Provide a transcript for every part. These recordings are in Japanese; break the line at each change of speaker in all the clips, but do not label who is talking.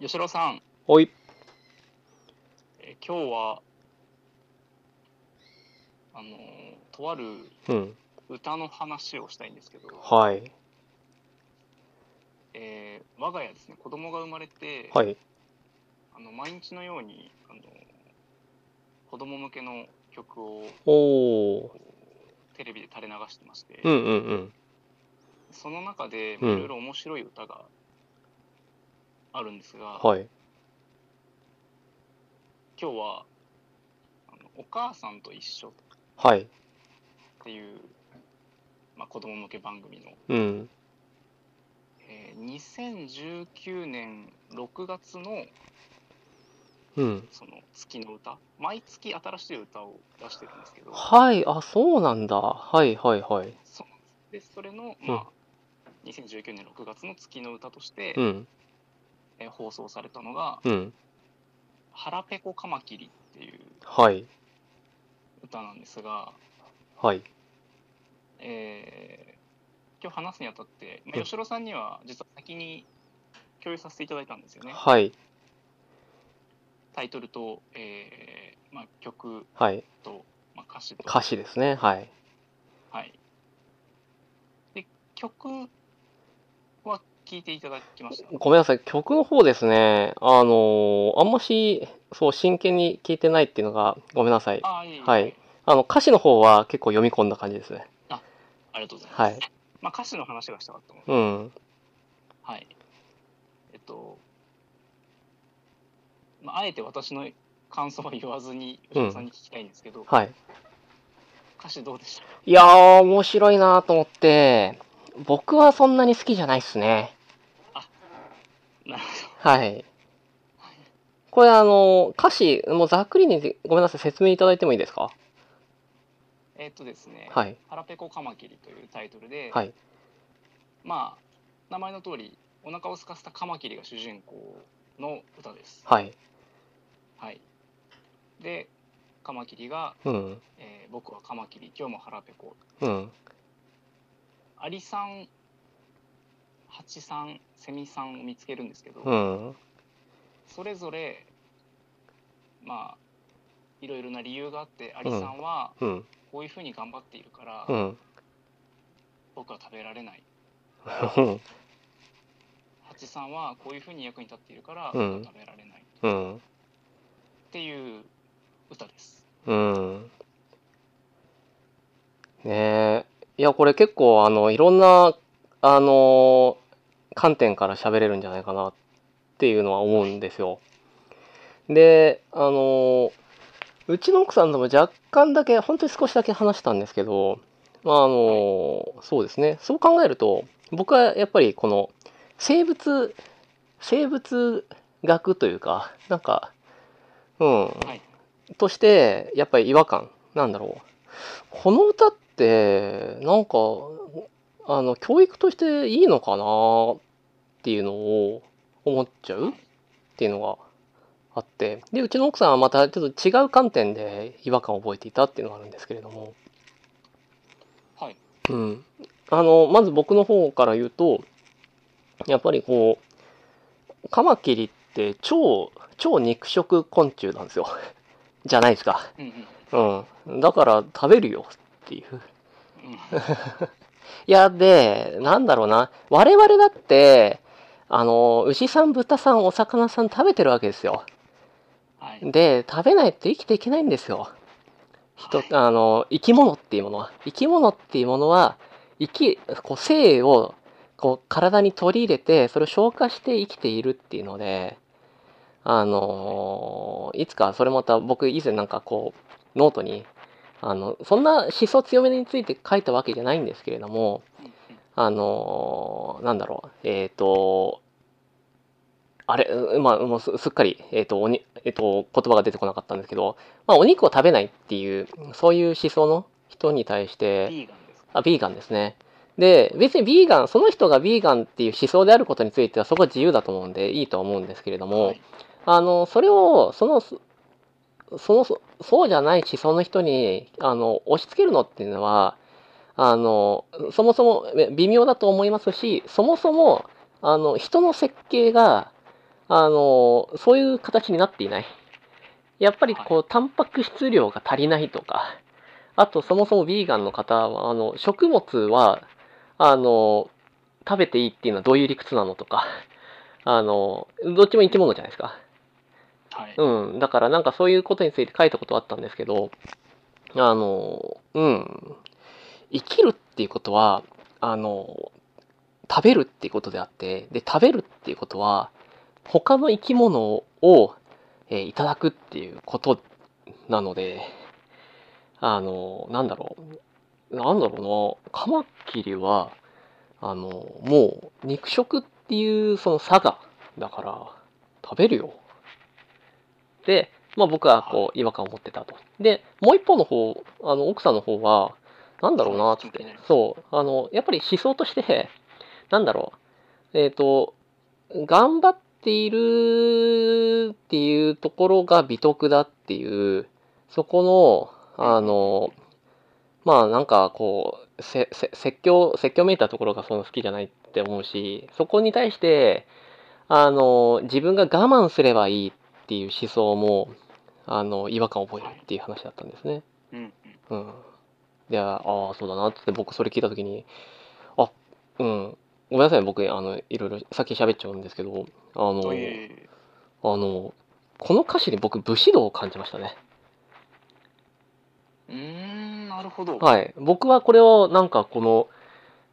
吉郎さん、
おい。
えー今日はあのーとある
うん。
歌の話をしたいんですけど、
はい。
えー我が家ですね子供が生まれて、
はい。
あの毎日のようにあのー子供向けの曲を
おー。
テレビで垂れ流してまして、
うんうんうん。
その中で
う
まあい
ん
ろいろ面白い歌があるんですが、
はい。
今日はあの「お母さんと一緒」
はい。
っていう、まあ、子供向け番組の
うん。
えー2019年6月の
うん。
その月の歌毎月新しい歌を出してるんですけど
はい。あ、そうなんだ。はいはいはい。
そでそれの、まあ、2019年6月の月の歌として、
うん。
えー放送されたのが
うん。
「腹ペコカマキリ」っていう
はい。
歌なんですが、
はい。
えー今日話すにあたって、ま
う
あ、
ん
吉郎さんには実は先に共有させていただいたんですよね
はい。
タイトルと、えーまあ、曲
はい。
と、まあ、歌詞と
歌詞ですね。はい。
はい。で、曲は聴いていただきました。
ごめんなさい。曲の方ですね。あのーあんまし、そう、真剣に聴いてないっていうのが、ごめんなさい。
ああ、いえいえ
はい。あの、歌詞の方は結構読み込んだ感じですね。
ありがとうございます。
はい。
まあ、歌詞の話がしたかったので、
うん。
はい。えっと、まあ、あえて私の感想は言わずに、
うん
吉田さんに聞きたいんですけど、
はい。
歌詞どうでしたか
いやー、面白いなーと思って、僕はそんなに好きじゃないっすね。
なる
はい。これあの、歌詞、もうざっくりに、ごめんなさい、説明いただいてもいいですか
えっとですね、
はい。
腹ペコカマキリというタイトルで、
はい。
まあ、名前の通り、お腹を空かせたカマキリが主人公の歌です。
はい。
はい。で、カマキリが、
うん。
えー僕はカマキリ、今日も腹ペコ。
うん。
アリさん、ハチさん、セミさんを見つけるんですけど、
うん。
それぞれ、まあ、いろいろな理由があって、アリさんは
うん。
こういうふうに頑張っているから、
うん。
僕は食べられない。
うん。
ハチさんはこういうふうに役に立っているから、
うん
僕は食べられない。っ
うん。
ていう歌です。
うん。ねえ。いや、これ結構、あの、いろんな、あの、観点から喋れるんじゃないかなっていうのは思うんですよ。で、あの、うちの奥さんとも若干だけ、本当に少しだけ話したんですけど、まあ、あの、そうですね。そう考えると、僕はやっぱりこの、生物、生物学というか、なんか、うん、
はい。
としてやっぱり違和感なんだろうこの歌ってなんかあの教育としていいのかなっていうのを思っちゃうっていうのがあってでうちの奥さんはまたちょっと違う観点で違和感を覚えていたっていうのがあるんですけれども、
はい。
うん、あのまず僕の方から言うとやっぱりこうカマキリって超超肉食昆虫なんですよじゃないですか。
うん
うん。だから食べるよっていう。
うん。うん。
いや、で、なんだろうな。我々だって、あの、牛さん、豚さん、お魚さん食べてるわけですよ。
はい。
で、食べないと生きていけないんですよ。人
はい、
あの、生き物っていうものは。生き物っていうものは、生き、こう、生を、こう、体に取り入れて、それを消化して生きているっていうので、あのーいつか、それまた僕以前なんかこう、ノートに、あの、そんな思想強めについて書いたわけじゃないんですけれども、
うんうん
あのーなんだろう、えっ、と、あれ、うまあ、もうすすっかり、えっ、と、おに、えっ、と、言葉が出てこなかったんですけど、まあ、お肉を食べないっていう、そういう思想の人に対して、
ビーガンですか
あ、ビーガンですね。で、別にビーガン、その人がビーガンっていう思想であることについては、そこは自由だと思うんで、いいと思うんですけれども、
はい
あの、それを、その、そその、そそうじゃない思想の人に、あの、押し付けるのっていうのは、あの、そもそもえ微妙だと思いますし、そもそも、あの、人の設計が、あのそういう形になっていないやっぱりこうタンパク質量が足りないとかあとそもそもビーガンの方はあの食物はあの食べていいっていうのはどういう理屈なのとかあのどっちも生き物じゃないですか
はい。
うん、だからなんかそういうことについて書いたことあったんですけど、あの、うん、生きるっていうことは、あの、食べるっていうことであって、で、食べるっていうことは、他の生き物を、えーいただくっていうことなので、あの、なんだろう、なんだろうな、カマキリは、あの、もう肉食っていうその差が、だから、食べるよ。で、まあ、僕はこう違和感を持ってたと。でもう一方の方あの奥さんの方はなんだろうなっつってそうあのやっぱり思想としてなんだろうえっ、と頑張っているっていうところが美徳だっていうそこのあのまあなんかこうせせ説教説教めいたところがその好きじゃないって思うしそこに対してあの自分が我慢すればいいっていう思想もあの違和感を覚えるっていう話だったんですね。
うんうん。
うん、でああそうだなって僕それ聞いた時にあうんごめんなさい僕あのいろいろ先喋っちゃうんですけどあの
という、
あのこの歌詞に僕武士道を感じましたね。
うーん、なるほど。
はい、僕はこれをなんかこの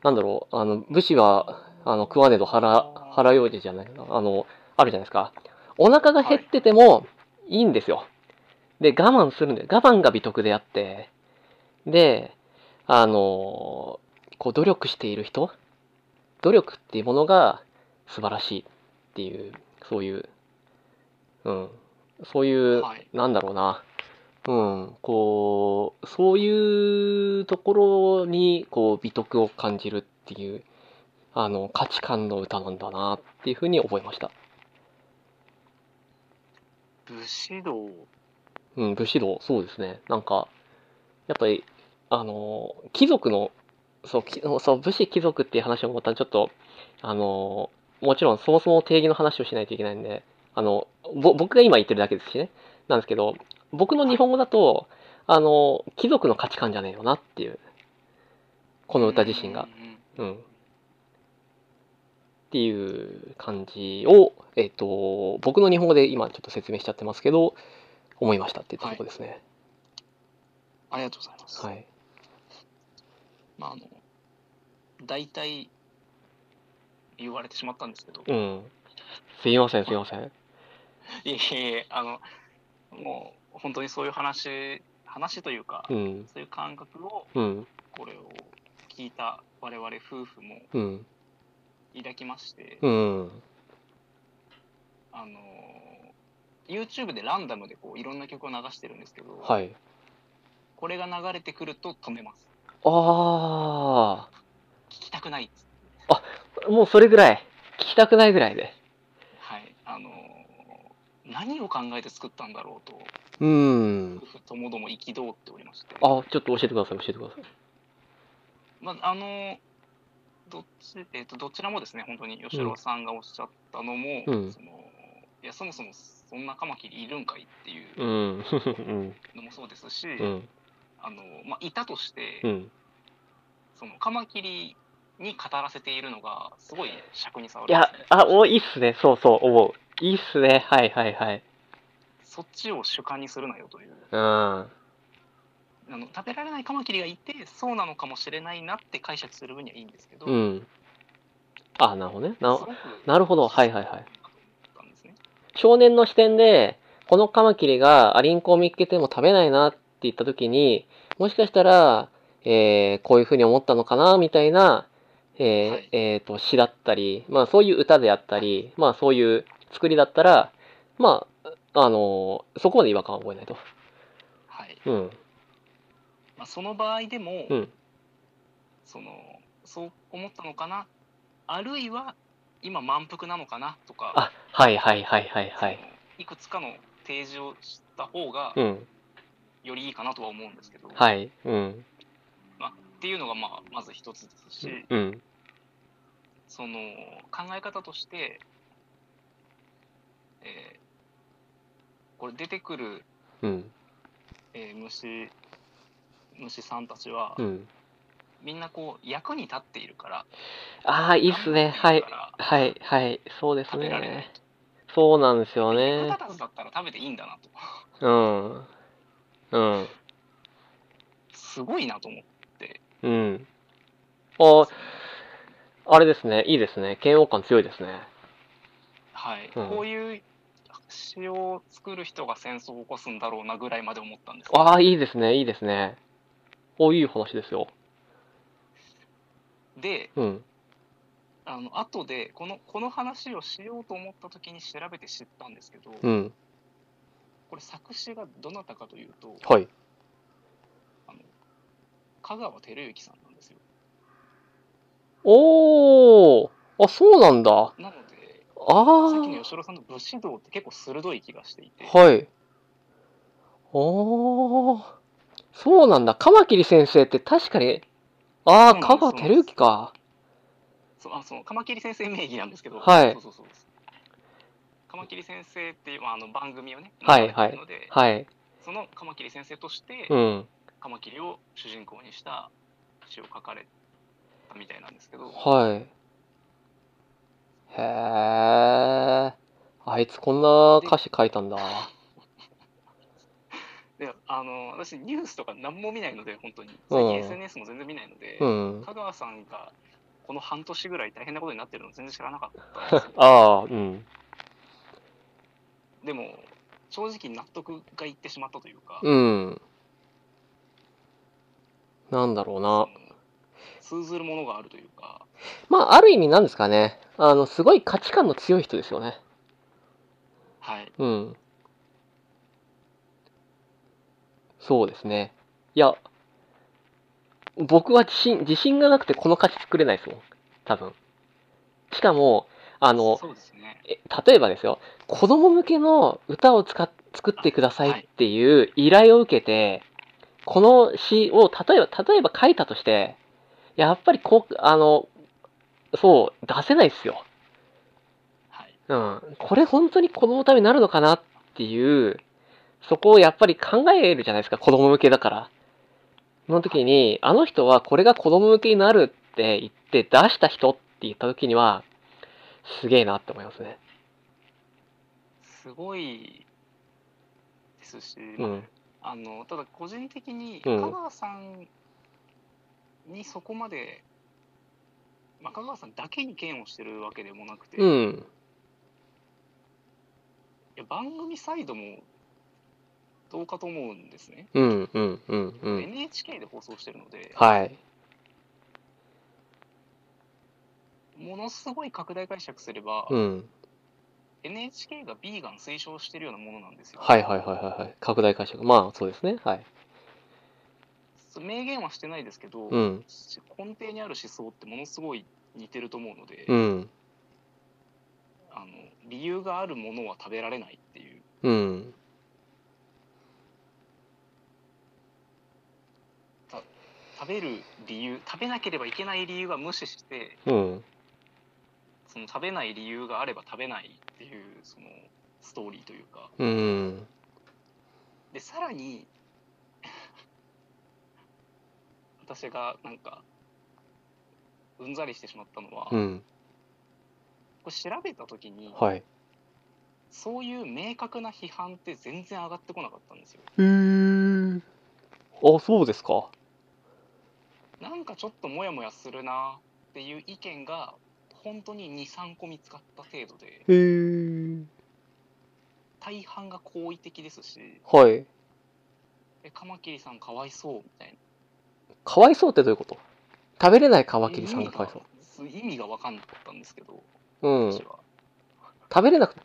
なんだろうあの武士はあの食わねど腹腹ようじじゃないあのあるじゃないですかお腹が減っててもいいんですよ、で我慢するんで我慢が美徳であってであのこう努力している人努力っていうものが素晴らしいっていうそういううんそういう
はい。
なんだろうな、うん、こう、そういうところに、こう、美徳を感じるっていう、あの、価値観の歌なんだな、っていうふうに覚えました。
武士道。
うん、武士道、そうですね。なんか、やっぱり、あの、貴族の、そう、きそう武士貴族っていう話をまたちょっと、あの、もちろんそもそも定義の話をしないといけないんで、あの、ぼ僕が今言ってるだけですしね、なんですけど、僕の日本語だと、あの、貴族の価値観じゃねえよなっていう、この歌自身が
うん。うんうん。
うん。っていう感じを、えっ、と、僕の日本語で今ちょっと説明しちゃってますけど、思いましたって言ったとこですね。
ありがとうございます。
はい。
まあ、あの、大体、言われてしまったんですけど、
うん。すいません、すいません。
いえいえいえ、あの、もう、本当にそういう話、話というか、
うん。
そういう感覚を、
うん。
これを聞いた我々夫婦も
うん。
抱きまして、
うん。
あの、YouTube でランダムでこういろんな曲を流してるんですけど、
はい。
これが流れてくると止めます。
あ
聞きたくないっつって
あ、もうそれぐらい。聞きたくないぐらいで。
はい、あの何を考えて作ったんだろうと
うん
夫。婦ともども憤っておりまして
あ、ちょっと教えてください、教えてください。
まああのどっちえっとどちらもですね本当に吉郎さんがおっしゃったのも、
うん
そのいやそもそもそんなカマキリいるんかいっていう
うん。 うん。
のもそうですし、
うん。
あのまあ、いたとして、
うん。
そのカマキリに語らせているのがすごい尺に触
い
るんで
や
すね、
あ、お、いいっすね。そうそう、思う。いいっすね。はいはいはい。
そっちを主観にするなよという
うん。
あの食べられないカマキリがいてそうなのかもしれないなって解釈する分にはいいんですけど、
うん。あ、なるほどね。な
すごく
なるほど。はいはいはい。
思ったんですね
少年の視点でこのカマキリがアリンコを見つけても食べないなって言った時にもしかしたら、えーこういうふうに思ったのかなみたいな、えー
はい
えーと詩だったり、まあ、そういう歌であったり、まあ、そういう作りだったら、まああのーそこまで違和感は覚えないと。
はい
うん
まあ、その場合でも、
うん
そのそう思ったのかなあるいは今満腹なのかなとか、
あはいはいはいはいはい。
い、いくつかの提示をした方が
うん
よりいいかなとは思うんですけど、
はいうん
まあ、っていうのがまあまず一つですし、
うん
その考え方としてこれ出てくる、
うん
えー虫虫さんたちは、
うん
みんなこう役に立っているから
ああいいっすねはいはいはいそうです
食べられない
ねそうなんですよ
役
ね
立たずだったら食べていいんだなと
うんうん
すごいなと思う
うんああれですねいいですね嫌悪感強いですね
はい、
うん
こういう詩を作る人が戦争を起こすんだろうなぐらいまで思ったんですけど
ああいいですねいいですねおいい話ですよ
で
うん
あの後でこのこの話をしようと思った時に調べて知ったんですけど、
うん
これ作詞がどなたかというと
はい
香川照之さんなんですよ
おおあそうなんだあ
なので
あ
さっきの吉郎さんの武士道って結構鋭い気がしていて
はい。おー。そうなんだ。カマキリ先生って確かに、あ
そ
あ、
うなんです
カバ照之か。
そうあそのカマキリ先生名義なんですけど、
はい
そうそうそうカマキリ先生っていう、まあ、あの番組をね
はい
流れ
はい
てるので
はい。
そのカマキリ先生として、
うん。
カマキリを主人公にした詩を書かれたみたいなんですけど
はい。へえ。あいつこんな歌詞書いたんだ。
であの私ニュースとか何も見ないので本当に最近
うん
SNS も全然見ないので、
うん。
香川さんがこの半年ぐらい大変なことになってるの全然知らなかったんですよ
ああ、うん。
でも正直納得がいってしまったというか、
うん。なんだろうな
その。通ずるものがあるというか
まあ、ある意味なんですかね。あの、すごい価値観の強い人ですよね。
はい
うん。そうですね。いや、僕は自信、自信がなくてこの価値作れないですもん。多分。しかも、あの、
そうですね
え例えばですよ、子供向けの歌を使っ作ってくださいっていう依頼を受けて、この詩を例えば、例えば書いたとして、やっぱりこう、あの、そう、出せないですよ。
はい
うん、これ本当に子供のためになるのかなっていう、そこをやっぱり考えるじゃないですか、子供向けだから。その時に、あの人はこれが子供向けになるって言って出した人って言った時には、すげえなって思いますね。
すごいですし、
うん。
あのただ個人的に
う
香
ん
川さんにそこまで、まあ、香川さんだけに嫌悪してるわけでもなくて、
う
い
ん。
や番組サイドもどうかと思うんですね、
うん。うん。うん。うん。
NHK で放送してるので、
はい。
ものすごい拡大解釈すれば、
うん。
NHK がビーガン推奨してるようなものなんですよ、
はいはいはいはいはい。拡大解釈。まあ、そうですね。はい。
そう明言はしてないですけど、
うん。
根底にある思想ってものすごい似てると思うので、
うん。
あの理由があるものは食べられないっていう
うん。
食べる理由食べなければいけない理由は無視して
うん。
その食べない理由があれば食べないっていうそのストーリーというか
うん。
でさらに 私がなんかうんざりしてしまったのは、
うん。
これ調べた時に、
はい。
そういう明確な批判って全然上がってこなかったんですよ
うーん。あ、そうですか。
なんかちょっとモヤモヤするなっていう意見が本当に23個見つかった程度で
へー
大半が好意的ですし
はい。
えカマキリさんかわいそうみたい
かわいそうってどういうこと食べれないカ
な
マキリさんがかわいそう。
う意味が分かんなかったんですけど、
うん。
私は
食べれなく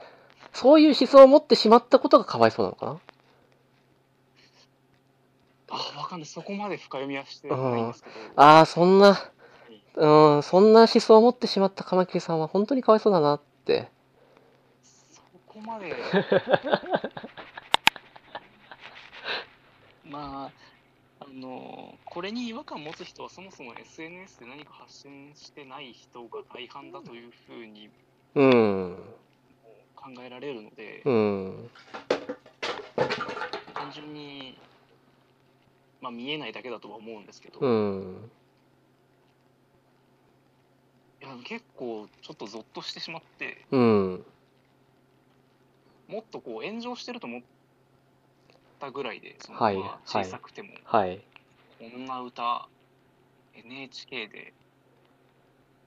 そういう思想を持ってしまったことがかわいそうなのか
あ分かんないそこまで深読みはしてないんですけど
なああ、そんな、
はい
うん、そんな思想を持ってしまったカマキリさんは本当にかわいそうだなって。
そこま でまああのこれに違和感を持つ人はそもそも SNS で何か発信してない人が大半だというふうに
うん。
考えられるので、
うん。
純に、まあ、見えないだけだとは思うんですけど、
う
いや
ん
結構ちょっとゾッとしてしまって
うん
もっとこう炎上してると思ったぐらいでその
はい
まあ小さくても、
はい
こんな歌 NHK で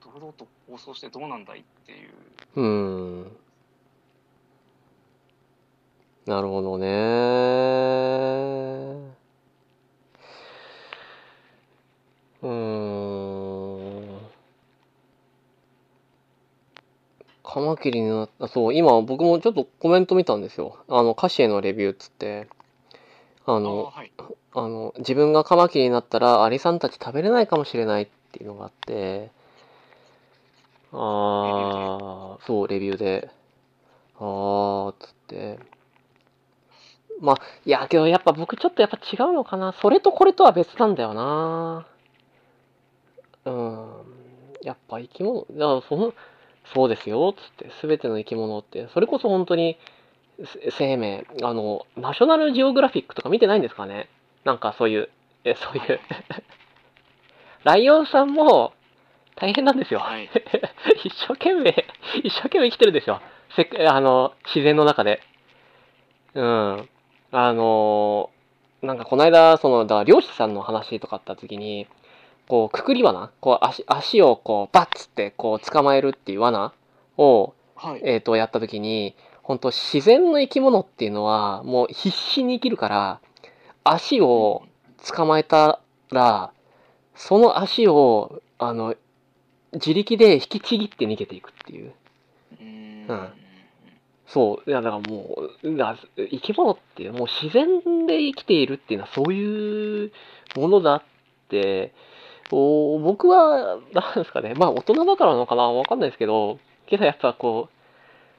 堂々と放送してどうなんだいっていう
うんなるほどねうんカマキリになったそう今僕もちょっとコメント見たんですよあの歌詞へのレビューっつってあ
あ
の
あ はい
あの自分がカマキリになったらアリさんたち食べれないかもしれないっていうのがあってああそうレビューでああつってまあいやけどやっぱ僕ちょっとやっぱ違うのかなそれとこれとは別なんだよなうんやっぱ生き物 だからそのそうですよつって全ての生き物ってそれこそ本当にせ生命あのナショナルジオグラフィックとか見てないんですかねなんかそういうえそう
はいいう
ライオンさんも大変なんですよ。
はい、
一生懸命、一生懸命生きてるでしょ。せあの、自然の中で。うん。あの、なんかこの間、その、だから漁師さんの話とかあった時に、こう、くくり罠こう足、足をこう、バッつって、こう、捕まえるっていう罠を、
はい、
えっ、と、やった時に、本当自然の生き物っていうのは、もう必死に生きるから、足を捕まえたらその足をあの自力で引きちぎって逃げていくっていう
うーん
うんそういやだからもうだから生き物っていうもう自然で生きているっていうのはそういうものだってお僕はなんですかねまあ大人だからなのかなわかんないですけどけどやっぱこ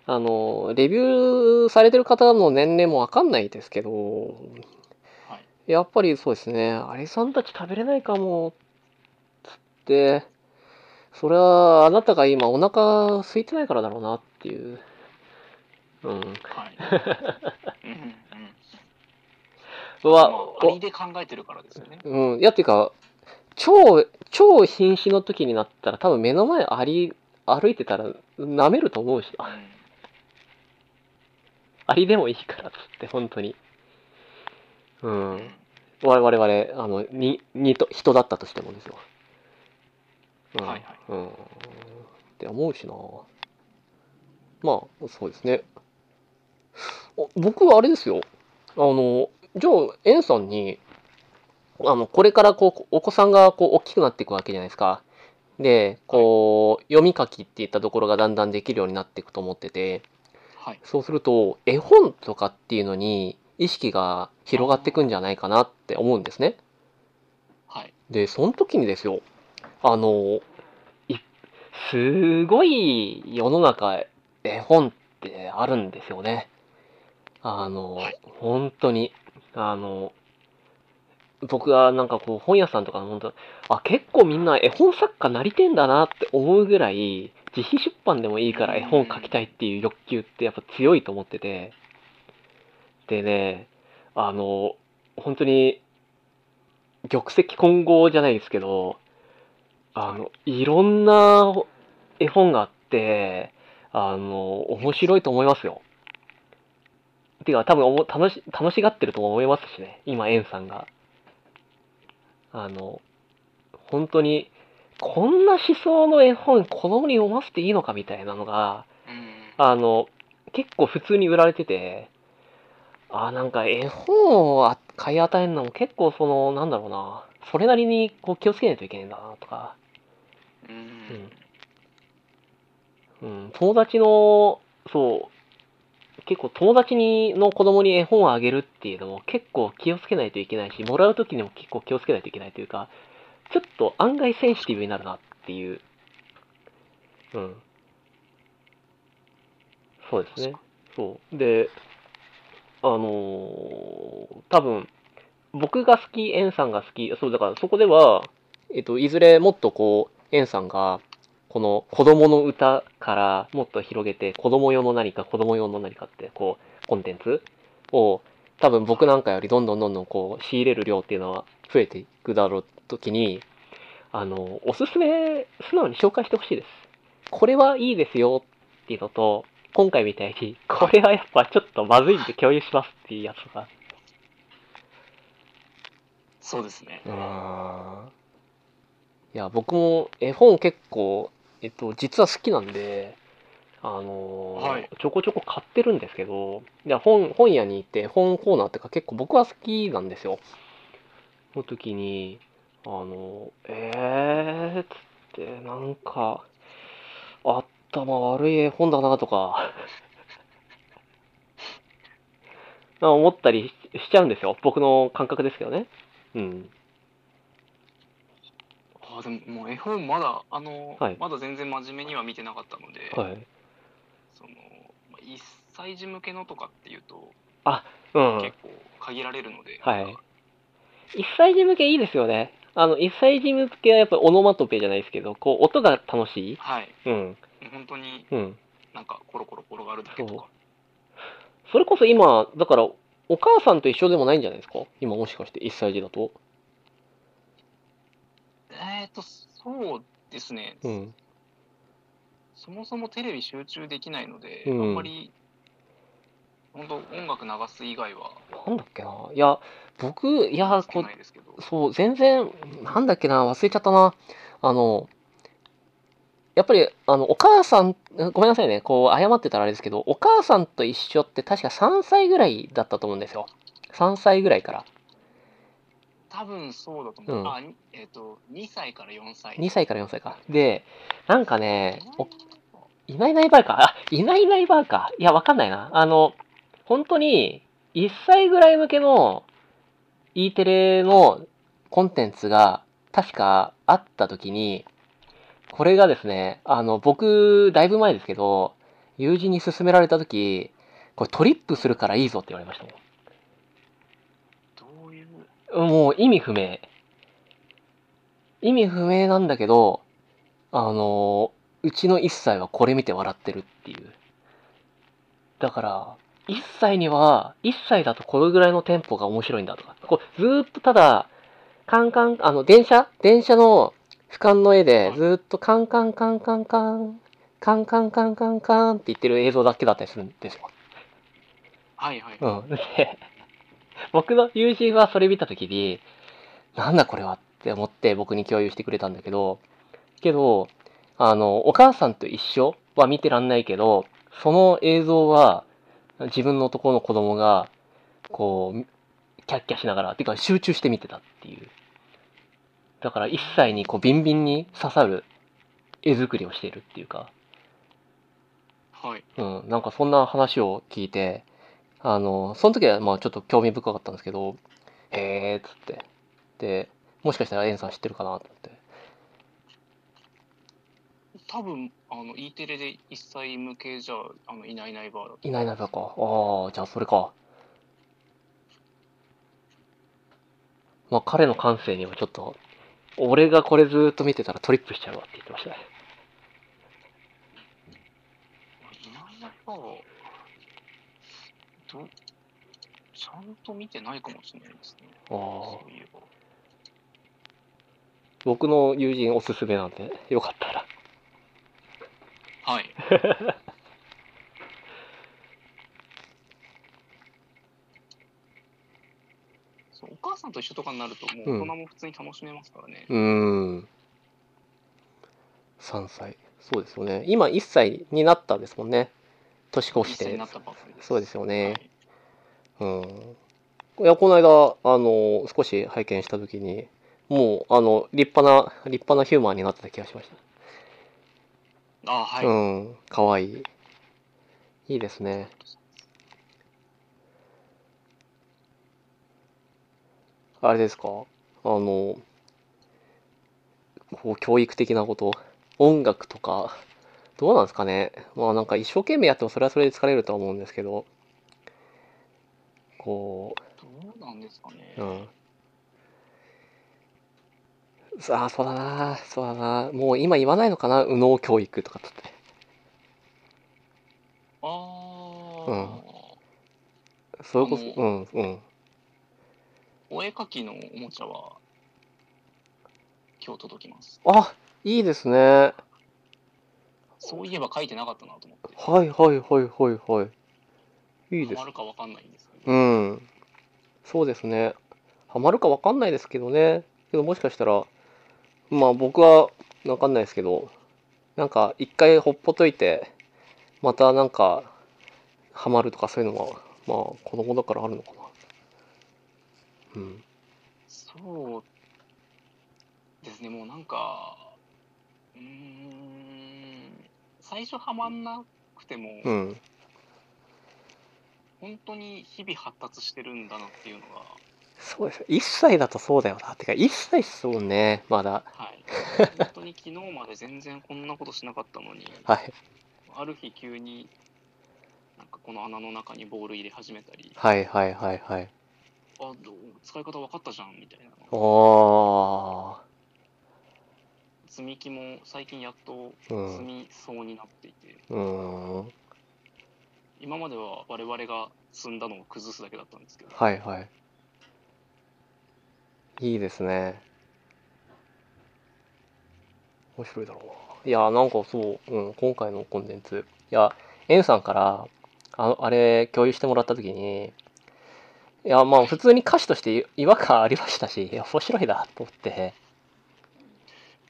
うあのレビューされてる方の年齢もわかんないですけど
はい
やっぱりそうですね、アリさんたち食べれないかも、つって、それはあなたが今お腹空いてないからだろうなっていう。うん。
はい。うんうん
う
ま
わ、
あ、アリで考えてるからですよね。
うん。いや、っていうか、超、超瀕死の時になったら多分目の前アリ歩いてたら舐めると思うし
う
な、
ん
アリでもいいからっつって、本当に。う
うん
ん。我々、我々、あの、に、にと、人だったとしてもですよ。うん、
はいはい
うん。って思うしなまあ、そうですね。お僕はあれですよ。あの、じゃあ、エンさんに、あの、これからこう、お子さんがこう、大きくなっていくわけじゃないですか。で、こう、読み書きっていったところがだんだんできるようになっていくと思ってて、
はい。
そうすると、絵本とかっていうのに意識が広がっていくんじゃないかなって思うんですね。
はい。
で、その時にですよ、あの、いすごい世の中、絵本ってあるんですよね。あの、
はい
本当に、あの、僕はなんかこう本屋さんとかの本当、あ、結構みんな絵本作家なりてんだなって思うぐらい、自費出版でもいいから絵本書きたいっていう欲求ってやっぱ強いと思ってて、でね、あの、本当に玉石混合じゃないですけどあのいろんな絵本があってあの面白いと思いますよ。てか多分おも楽し楽しがってると思いますしね今エンさんが。あの本当にこんな思想の絵本子供に読ませていいのかみたいなのが
うん
あの、結構普通に売られてて、あ、なんか絵本をあ買い与えるのも結構その、なんだろうな、それなりにこう気をつけないといけないんだなとか、
うん
うん、友達の、そう、結構友達にの子供に絵本をあげるっていうのも結構気をつけないといけないし、もらう時にも結構気をつけないといけないというか、ちょっと案外センシティブになるなっていう。うん。そうですね。そう。で、あのー多分、僕が好き、エンさんが好き、そう、だからそこでは、えっと、いずれもっとこう、エンさんが、この子供の歌からもっと広げて、子供用の何か、子供用の何かって、こう、コンテンツを多分僕なんかよりどんどんどんどんこう仕入れる量っていうのは増えていくだろう時にあのおすすめ素直に紹介してほしいですこれはいいですよっていうのと今回みたいにこれはやっぱちょっとまずいんで共有しますっていうやつとか
そうですね。
いや僕も絵本結構えっと実は好きなんであのー
はい
ちょこちょこ買ってるんですけどいや本本屋に行って本コーナーっていうか結構僕は好きなんですよ。の時にあのーえーっつってなんか頭悪い絵本だなとか なんか思ったりししちゃうんですよ僕の感覚ですけどね。うん
ああ、でももう絵本まだ、あの、
はい
まだ全然真面目には見てなかったので、
はい、
その、まあ、1歳児向けのとかっていうと、
うん、
結構限られるので、
はい。一歳児向けいいですよね。あの、一歳児向けはやっぱりオノマトペじゃないですけど、こう、音が楽しい。
はい。
うん。
本当に
うん。
なんかコロコロ転がるだけとか。
それこそ今、だから、お母さんと一緒でもないんじゃないですか今もしかして一歳児だと。
えっ、と、そうですね、
うん。
そもそもテレビ集中できないので、
うん
あんまり、本当音楽流す以外は
なんだっけな。いや、僕、いや、
少
こ
ないですけど、
そう、全然、なんだっけな、忘れちゃったな。あの、やっぱり、あの、お母さん、ごめんなさいね、こう、謝ってたらあれですけど、お母さんと一緒って確か3歳ぐらいだったと思うんですよ。3歳ぐらいから。
多分そうだと思う。
うん
あ、にえっ、と、2歳から4歳。
2歳から4歳か。で、なんかね、お
お
いないいないばあか。あ、いないいないばあか。いや、わかんないな。あの、本当に、1歳ぐらい向けの E テレのコンテンツが確かあった時に、これがですね、あの、僕、だいぶ前ですけど、友人に勧められた時、これトリップするからいいぞって言われましたもん。
どういう、
もう意味不明。意味不明なんだけど、あのーうちの1歳はこれ見て笑ってるっていう。だから、1歳には、1歳だとこれぐらいのテンポが面白いんだとか。こうずーっとただ、カンカン、あの、電車電車の俯瞰の絵で、ずーっとカンカンカンカンカン、カンカンカンカンカンって言ってる映像だけだったりするんですよ。
はいはい。
うん。で、 僕の友人はそれ見たときに、なんだこれはって思って僕に共有してくれたんだけど、けど、あの、お母さんと一緒は見てらんないけど、その映像は自分のところの子供が、こう、キャッキャしながら、てか集中して見てたっていう。だから一切にこうビンビンに刺さる絵作りをしているっていうか、
はい。
うん、なんかそんな話を聞いて、あの、その時はまあちょっと興味深かったんですけど、へーっつって。で、もしかしたらエンさん知ってるかなと思って。
多分、あの、E テレで1歳向けじゃ、あの、いないいないバーだと。
いないいないばあか。ああ、じゃあそれか。まあ彼の感性にはちょっと、俺がこれずーっと見てたらトリップしちゃうわって言ってましたね。
いないいないバーは、ど、ちゃんと見てないかもしれないですね。
ああ
そういえば。
僕の友人おすすめなんで、よかったら。
はい。 そうお母さんと一緒とかになると、もう大人も普通に楽しめますからね。
うーん。3歳。そうですよね。今1歳になったんですもんね。年越し
一歳に
て
な。ったばっかりです。
そうですよ
はい
ね。うん。いや、この間、あの、少し拝見したときに、もう、あの、立派な、立派なヒューマンになってた気がしました。
あはい、
うん。かわいい。いいですね。あれですかあの、こう、教育的なこと、音楽とか、どうなんですかねまあなんか一生懸命やってもそれはそれで疲れるとは思うんですけど、こ
どうなんですかね。
う、うん。さあ、そうだな、そうだな、もう今言わないのかな右脳教育とかっつって。
ああ、
うんそれ
あ
こそ、
の
うん、うん。
お絵描きのおもちゃは今日届きます
あ、いいですね。は
そういえば書いてなかったなと思って
いはいはいはいはい。いい
ハ
で
マ
す。
るかわかんないんですけど
うん。そうですね。ハマるかわかんないですけどね。けどもしかしたら、まあ僕はわかんないですけど、なんか一回ほっぽといて、またなんか、ハマるとかそういうのは、まあ子供だからあるのかな。うん。
そうですねもうなんかうーん最初ハマんなくても、
うん。
本当に日々発達してるんだなっていうのが
そうですよ。1歳だとそうだよな。てか1歳っすもんね、まだ。
はい 本当に昨日まで全然こんなことしなかったのに
はい。
ある日急になんかこの穴の中にボール入れ始めたりあ
はいはいはいはい。
どう使い方分かったじゃんみたいな
ああ、
積み木も最近やっと
う
積
ん、
みそうになっていて、
うん、はい
今までは我々が積んだのを崩すだけだったんですけど
はい。いいですね。面白いだろうな。いや、なんかそう、うん、今回のコンテンツ。いや、エンさんから、ああれ、共有してもらったときに、いや、まあ、普通に歌詞として違和感ありましたし、いや、面白いな、と思って。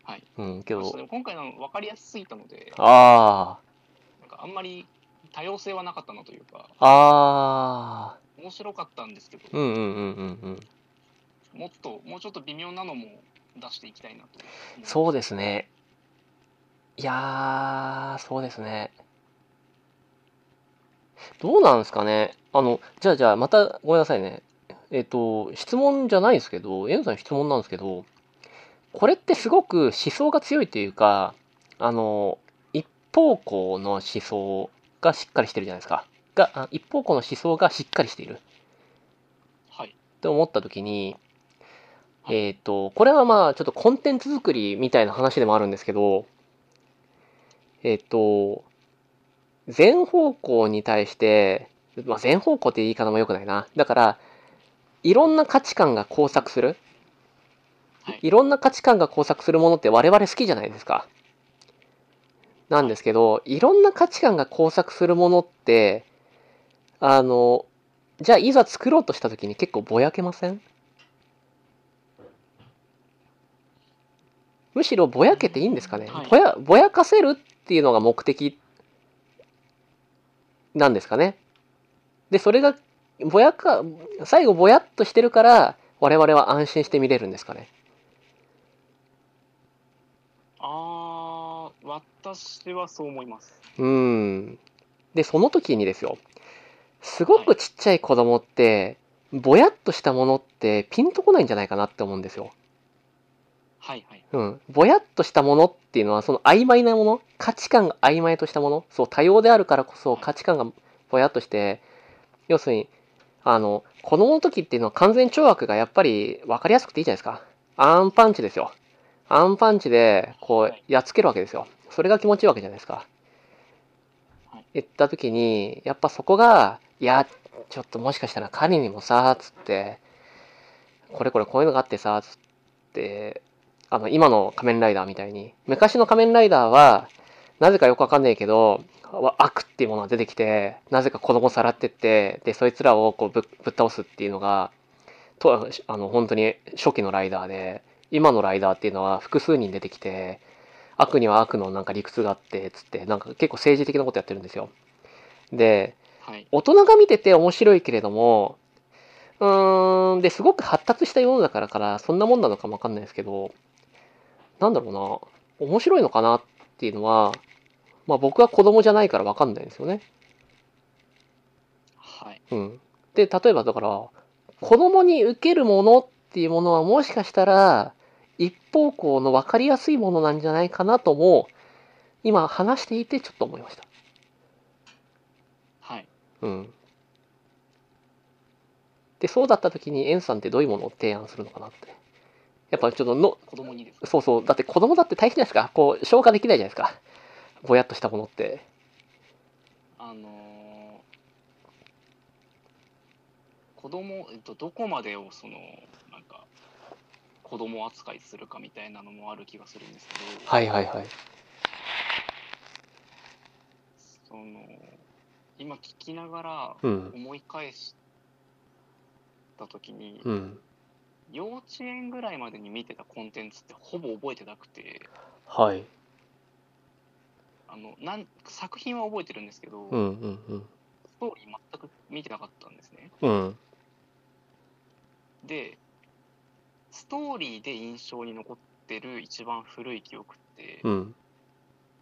はい。
うん、け
まあちょっとで
ど、
も今回の分かりやすすぎたので
あ
なんかあんまり多様性はなかったなというか
あ、ああ、
面白かったんですけど、
うんうんうんうんうん。
もっともうちょっと微妙なのも出していきたいなと思います
そうですね。いやー、そうですね。どうなんですかね。あの、じゃあじゃあ、またごめんなさいね。えっ、と、質問じゃないですけど、エンさん質問なんですけど、これってすごく思想が強いというか、あの、一方向の思想がしっかりしてるじゃないですか。が、あ一方向の思想がしっかりしている。
はい
って思った時に、
はい
えっ、と、これはまあちょっとコンテンツ作りみたいな話でもあるんですけど、えっ、と、全方向に対して、まあ、全方向って言い方も良くないな。だから、いろんな価値観が交錯する、
はい
いろんな価値観が交錯するものって我々好きじゃないですか。なんですけど、いろんな価値観が交錯するものって、あの、じゃあいざ作ろうとした時に結構ぼやけませんむしろぼやけていいんですかね、
はい
ぼやぼやかせるっていうのが目的なんですかねでそれがぼやか最後ぼやっとしてるから我々は安心して見れるんですかね
あー私はそう思います
うんでその時にですよすごくちっちゃい子供ってぼやっとしたものってピンとこないんじゃないかなって思うんですよ
はいはい
うん、ぼやっとしたものっていうのはその曖昧なもの価値観が曖昧としたものそう多様であるからこそ価値観がぼやっとして要するにあの子供の時っていうのは完全懲悪がやっぱり分かりやすくていいじゃないですかアンパンチですよアンパンチでこ
は
う
い
やっつけるわけですよそれが気持ちいいわけじゃないですか
はい
言った時にやっぱそこがいやちょっともしかしたら彼にもさつってこれこれこういうのがあってさつってあの、今の仮面ライダーみたいに、昔の仮面ライダーは、なぜかよくわかんないけど、わ悪っていうものが出てきて、なぜか子供さらってって、で、そいつらをこうぶっぶっ倒すっていうのが、と、あの、本当に初期のライダーで、今のライダーっていうのは複数人出てきて、悪には悪のなんか理屈があって、つって、なんか結構政治的なことやってるんですよ。で、
はい
大人が見てて面白いけれどもうーんですごく発達した世の中だからそんなもんなのかもわかんないですけどなんだろうな面白いのかなっていうのは、まあ、僕は子供じゃないからわかんないんですよね。
はい
うん、で例えばだから子供に受けるものっていうものはもしかしたら一方向の分かりやすいものなんじゃないかなとも今話していてちょっと思いました。
はい
うん。で、そうだった時に、エンさんってどういうものを提案するのかなって。やっぱちょっとの、
子供にです
そうそう、だって子供だって大変じゃないですか。こう、消化できないじゃないですか。ぼやっとしたものって。
あのー子供、えっと、どこまでをそのなんか子供扱いするかみたいなのもある気がするんですけど、
はいはいはい。
その今聞きながら
うん。
思い返した時に、
うん。
幼稚園ぐらいまでに見てたコンテンツってほぼ覚えてなくて
はい。
あのなん作品は覚えてるんですけど、
うんうんうん。
ストーリー全く見てなかったんですね。
うん。
でストーリーで印象に残ってる一番古い記憶って、
うん。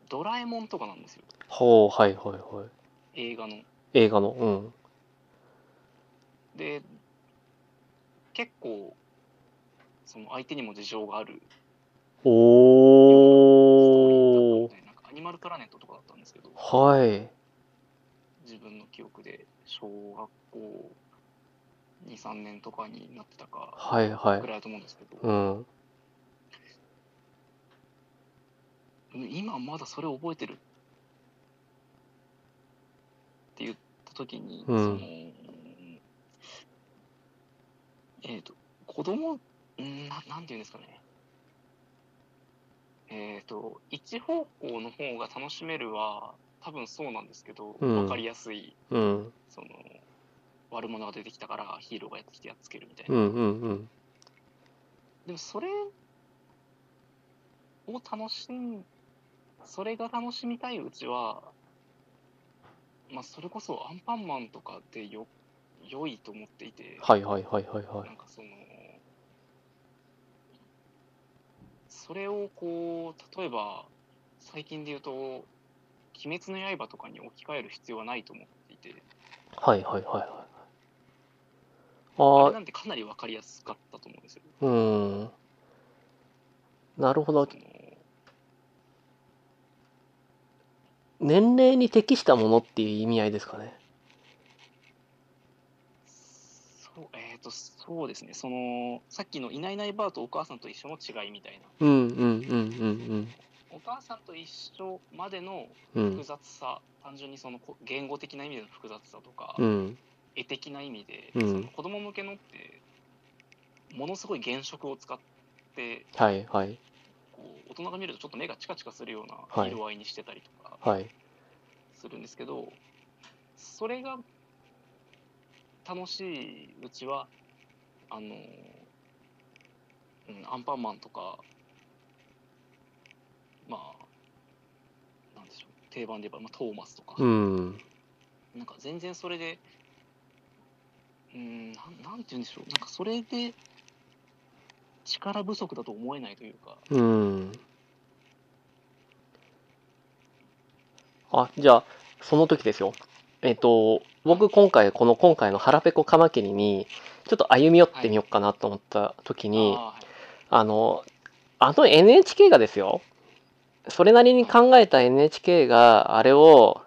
ドラえもんとかなんですよ
ほう、はいはいはい。
映画の。
映画の。うん。
で結構その相手にも事情がある
おー。
みたいななんかアニマルプラネットとかだったんですけど
はい。
自分の記憶で小学校23年とかになってたか
はいは
ぐ
い。
らいだと思うんですけど、
うん。
今まだそれ覚えてるって言った時に、
うん
そのえっ、と子供うんななんて言うんですかねえっ、と一方向の方が楽しめるは多分そうなんですけど、
うん
分かりやすい
うん。
その悪者が出てきたからヒーローがやってきてやっつけるみたいな、
うんうんうん。
でもそれを楽しんそれが楽しみたいうちはまあそれこそアンパンマンとかでよ良いと思っていて、
はいはいはいはいは。
ないんかそのそれをこう例えば最近で言うと「鬼滅の刃」とかに置き換える必要はないと思っていて
はいはいはいはい。
あ
あ
れなんてかなり分かりやすかったと思うんですよ。
ー、うん。なるほど
そ。の
年齢に適したものっていう意味合いですかね。
そう、えっ、と、そうですね。その、さっきのいないいないばあとお母さんと一緒の違いみたいな。
うんうんうん
お母さんと一緒までの
うんうん。うん
複雑さ、単純にそのこ言語的な意味での複雑さとか、
うん。
絵的な意味で、
うん
その子供向けのって、ものすごい原色を使って、
はいはい
こう大人が見るとちょっと目がチカチカするような
はい
色合いにしてたりとか
はい。
するんですけど、それが楽しいうちはあの、うん、アンパンマンとかまあなんでしょう定番で言えば、まあ、トーマスとか、
うん。
なんか全然それでうんなんなんて言うんでしょうなんかそれで力不足だと思えないというか
うん。あ、じゃあ、その時ですよ。えっと、僕今回、この今回の腹ペコカマキリに、ちょっと歩み寄ってみようかなと思った時に、
あーはい
あの、あの NHK がですよ、それなりに考えた NHK が、あれを、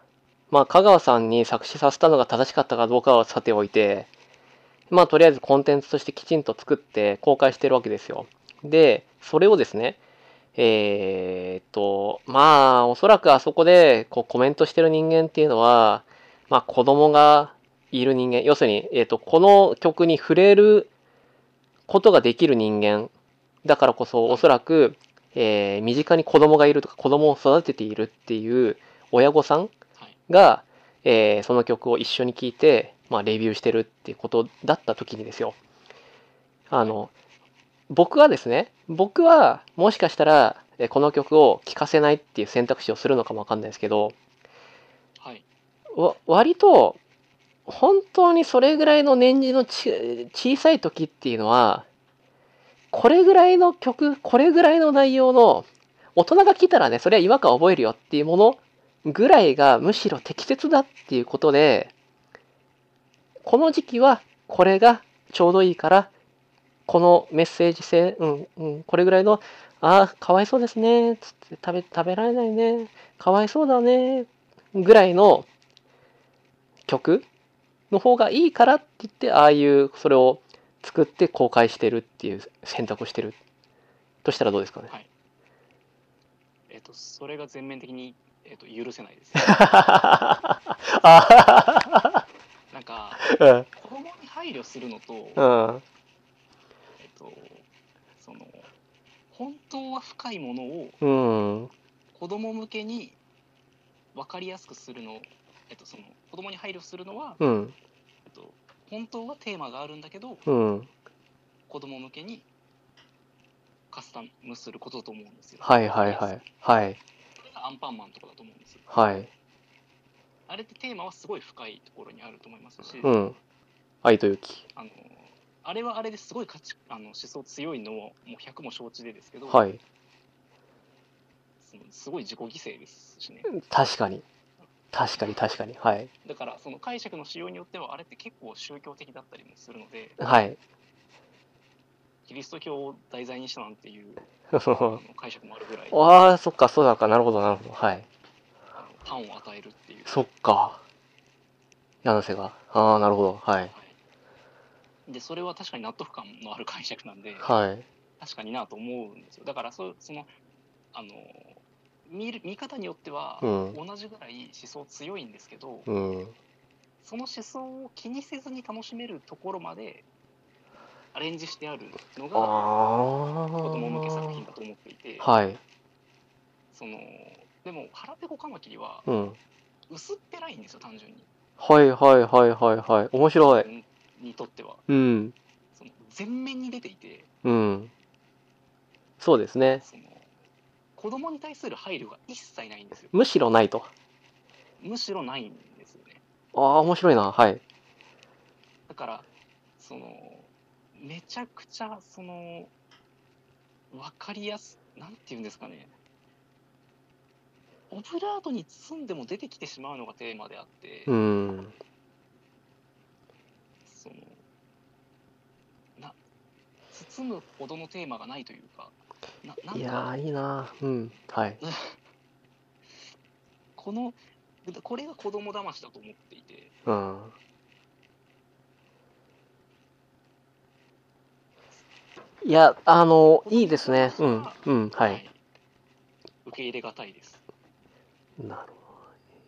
まあ、香川さんに作詞させたのが正しかったかどうかはさておいて、まあ、とりあえずコンテンツとしてきちんと作って公開してるわけですよ。で、それをですね、えーっと、まあ、おそらくあそこで、こう、コメントしてる人間っていうのは、まあ、子供がいる人間、要するに、えーっと、この曲に触れることができる人間だからこそ、おそらく、えー身近に子供がいるとか、子供を育てているっていう親御さん
はい
が、えーその曲を一緒に聴いて、まあ、レビューしてるっていうことだった時にですよ。あの、僕はですね、僕はもしかしたら、えーこの曲を聴かせないっていう選択肢をするのかもわかんないですけど、
はい
わ割と、本当にそれぐらいの年次のち小さい時っていうのは、これぐらいの曲、これぐらいの内容の、大人が聴いたらね、それは違和感覚えるよっていうものぐらいがむしろ適切だっていうことで、この時期はこれがちょうどいいから、このメッセージ性、うん、うん、これぐらいの、ああ、かわいそうですね、つって食べ、食べられないね、かわいそうだね、ぐらいの曲の方がいいからって言って、ああいう、それを作って公開してるっていう選択をしてる。としたらどうですかね。
えっ、とそれが全面的に、えっと許せない です
あはははは
なんか
うん
子供に配慮するのと、
うん
えっと、その本当は深いものを
うん
子供向けに分かりやすくするの、えっと、その子供に配慮するのは、
うん
えっと、本当はテーマがあるんだけど
うん
子供向けにカスタムすることだと思うんですよ。
はいはいはいはい
それがアンパンマンとかだと思うんですよ。
はい
あれってテーマはすごい深いところにあると思いますし、
うん愛と雪
あのあれはあれですごい価値あの思想強いのももう100も承知でですけど、
はい
そのすごい自己犠牲ですしね
確かに確かに確かにはい
だからその解釈の仕様によってはあれって結構宗教的だったりもするので
はい
キリスト教を題材にしたなんていうあの解釈もあるぐらいあの
ああそっかそうだかなるほどなるほどはい
パンを与えるっていう、
そっか柳瀬がああなるほどはい
はい、でそれは確かに納得感のある解釈なんで
はい
確かになと思うんですよだからそそのあの見る見方によっては
うん
同じぐらい思想強いんですけど、
うん
その思想を気にせずに楽しめるところまでアレンジしてあるの
あ
が
あ
子供向け作品だと思っていて、
はい
そのでも「腹ペコカマキリ」は
うん
薄っぺらいんですよ単純に、
はいはいはいはいはい面白い
にとっては
うん
その全面に出ていて
うんそうですね
その子供に対する配慮が一切ないんですよ
むしろないと
むしろないんですよね
ああ面白いなはい
だからそのめちゃくちゃその分かりやすなんて言うんですかねオブラートに包んでも出てきてしまうのがテーマであって、
うん
そのな包むほどのテーマがないというかななん
いや
か
ーいいなうんはい
このこれが子供騙しだと思っていて
うんいやあのいいですねうんうんはい
受け入れがたいです
なるほど。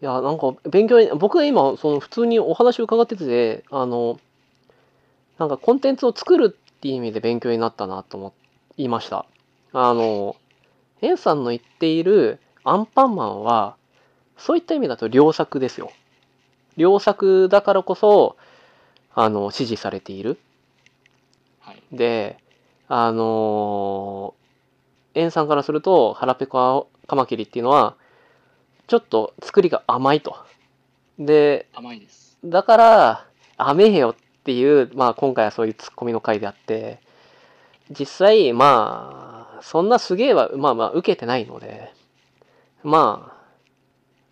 いや、なんか勉強に、僕が今、その普通にお話を伺ってて、あの、なんかコンテンツを作るっていう意味で勉強になったなと思いました。あの、エンさんの言っているアンパンマンは、そういった意味だと良作ですよ。良作だからこそ、あの、支持されている。
はい
で、あのー、エンさんからすると、腹ペコカマキリっていうのは、ちょっと作りが甘いと。で、
甘いです
だから、甘えよっていう、まあ今回はそういうツッコミの回であって、実際、まあ、そんなすげえは、まあまあ受けてないので、ま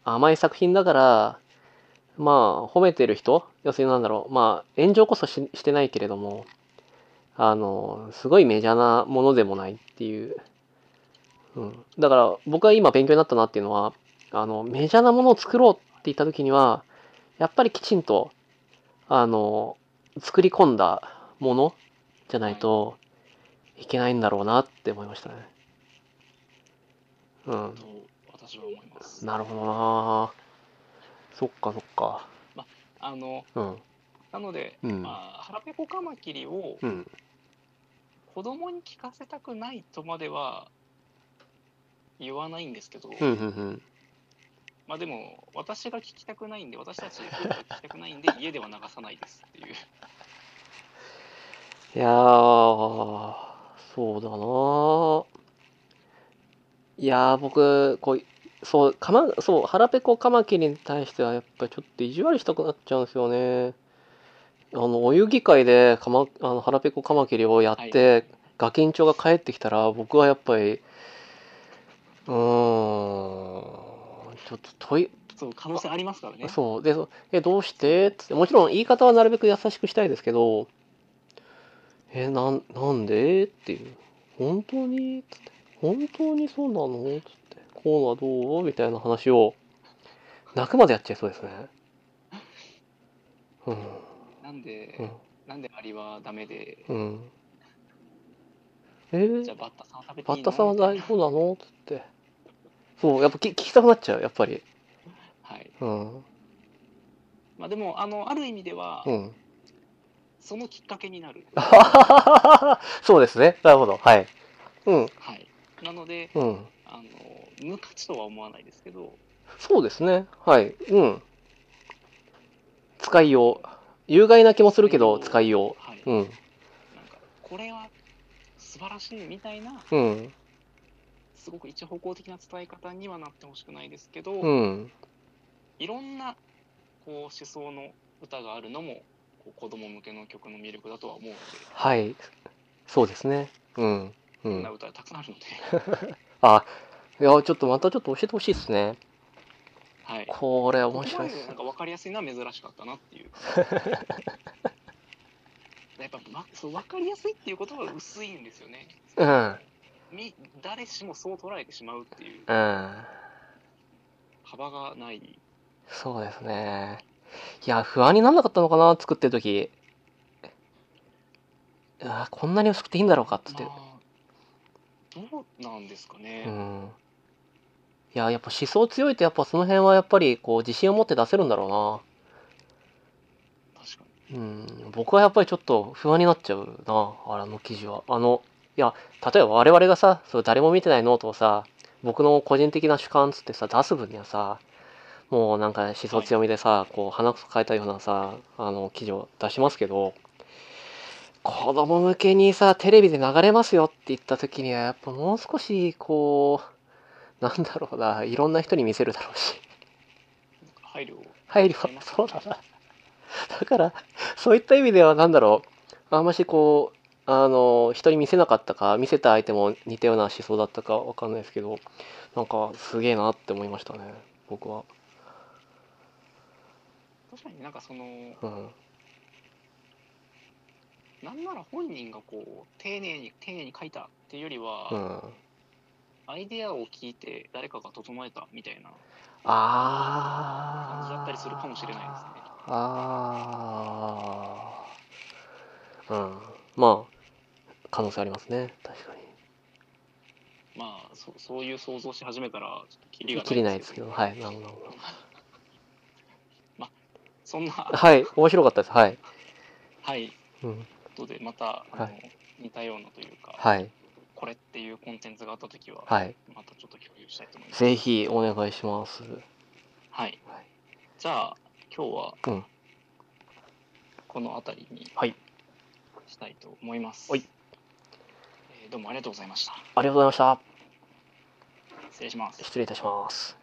あ、甘い作品だから、まあ褒めてる人、要するになんだろう、まあ炎上こそししてないけれども、あの、すごいメジャーなものでもないっていう。うん。だから僕が今勉強になったなっていうのは、あの、メジャーなものを作ろうって言った時には、やっぱりきちんと、あの、作り込んだものじゃないといけないんだろうなって思いましたね。うん
と。私は思います
なるほどなそっかそっか。
あの
うん。
なので
うん。
まあ、腹ペコカマキリを
うん。
子供に聞かせたくないとまでは言わないんですけど、
うん。うん。
まあでも私が聞きたくないんで私たちが聞きたくないん で家では流さないですっていう
いやー、そうだなー。いやー、僕、こう、そう、かま、そう、腹ペコカマキリに対しては、やっぱちょっと意地悪したくなっちゃうんですよね。あの、お遊戯会で、かま、あの、腹ペコカマキリをやって、ガキンチョが帰ってきたら、僕はやっぱり、うーん、ちょっと問い、
そう可能性ありますからね
そうでそえどうしてっつってもちろん言い方はなるべく優しくしたいですけどえなんなんでっていう本当につって本当にそうなのつってこうはどうみたいな話を泣くまでやっちゃいそうですねうん
なんで、
うん
なんでアリはダメで
うんえ
じゃあバッタさんは食べてい
バ
い
ッ
の
タさんは大丈夫なのつってそうやっぱ聞聞きたくなっちゃうやっぱり
はい
うん
まあでもあのある意味では、
うん
そのきっかけになる。
そうですね。なるほど。はい。うん、
はい。なので、
うん。
あの、無価値とは思わないですけど、
そうですね。はい。うん。使いよう。有害な気もするけど、使いよ。。
はいう
うん。
なんか、これは素晴らしいみたいな、
うん。
すごく一方向的な伝え方にはなってほしくないですけど、
うん。
いろんな、こう、思想の歌があるのも、こう子供向けの曲の魅力だとは思うので、
はい。そうですね。うん。う。
こんなん歌がたくさんある ので、
あ、いや、ちょっとまたちょっと教えてほしいですね。
はい。
これ
ここ
面
ま
白いで
ですなん。か分かりやすいのは珍しかったなっていう。 やっぱ、ま、そう分かりやすいっていうことが薄いんですよね。
うん。
み誰しもそう捉えてしまうっていう
うん。
幅がない。
そうですね。いや、不安になんなかったのかな、作ってる時。あこんなに薄くていいんだろうかっつって。
まあ、どうなんですかね。
うん。いや、やっぱ思想強いと、やっぱその辺はやっぱりこう自信を持って出せるんだろ
確かに。
うな。うん。僕はやっぱりちょっと不安になっちゃうな、あれの記事は。あの、いや、例えば我々がさ、それ誰も見てないノートをさ、僕の個人的な主観っつってさ、出す分にはさ、もうなんか思想強みでさ、こう鼻くそ変えたようなさ、あの記事を出しますけど、子供向けにさ、テレビで流れますよって言った時には、やっぱもう少し、こう、なんだろうな、いろんな人に見せるだろうし。
配慮を。
配慮はそうだな。だから、そういった意味では、なんだろう、あんましこう、あの、人に見せなかったか、見せた相手も似たような思想だったかわかんないですけど、なんか、すげえなって思いましたね、僕は。
確かになんかその、
うん。
なんなら本人がこう、丁寧に、丁寧に書いたっていうよりは、
うん。
アイデアを聞いて誰かが整えたみたいな
あ
感じ
ー。
だったりするかもしれないですね。
あー。うん。まあ、可能性ありますね、確かに。
まあ、そそういう想像し始めたら、ちょっとキリが
きりないですけど、はい、なるほどなるほど。
そんな、
はい、面白かったです、はい。
はい、
うん。
ことで、また、あの
は
似たようなというか、
はい、
これっていうコンテンツがあったときは、
はい。
またちょっと共有したいと思います。
ぜひお願いします。
はい。
はい
じゃあ、今日は、
うん
この辺りに、
はい
したいと思います。
はい
えーどうもありがとうございました。
ありがとうございました。
失礼します。
失礼いたします。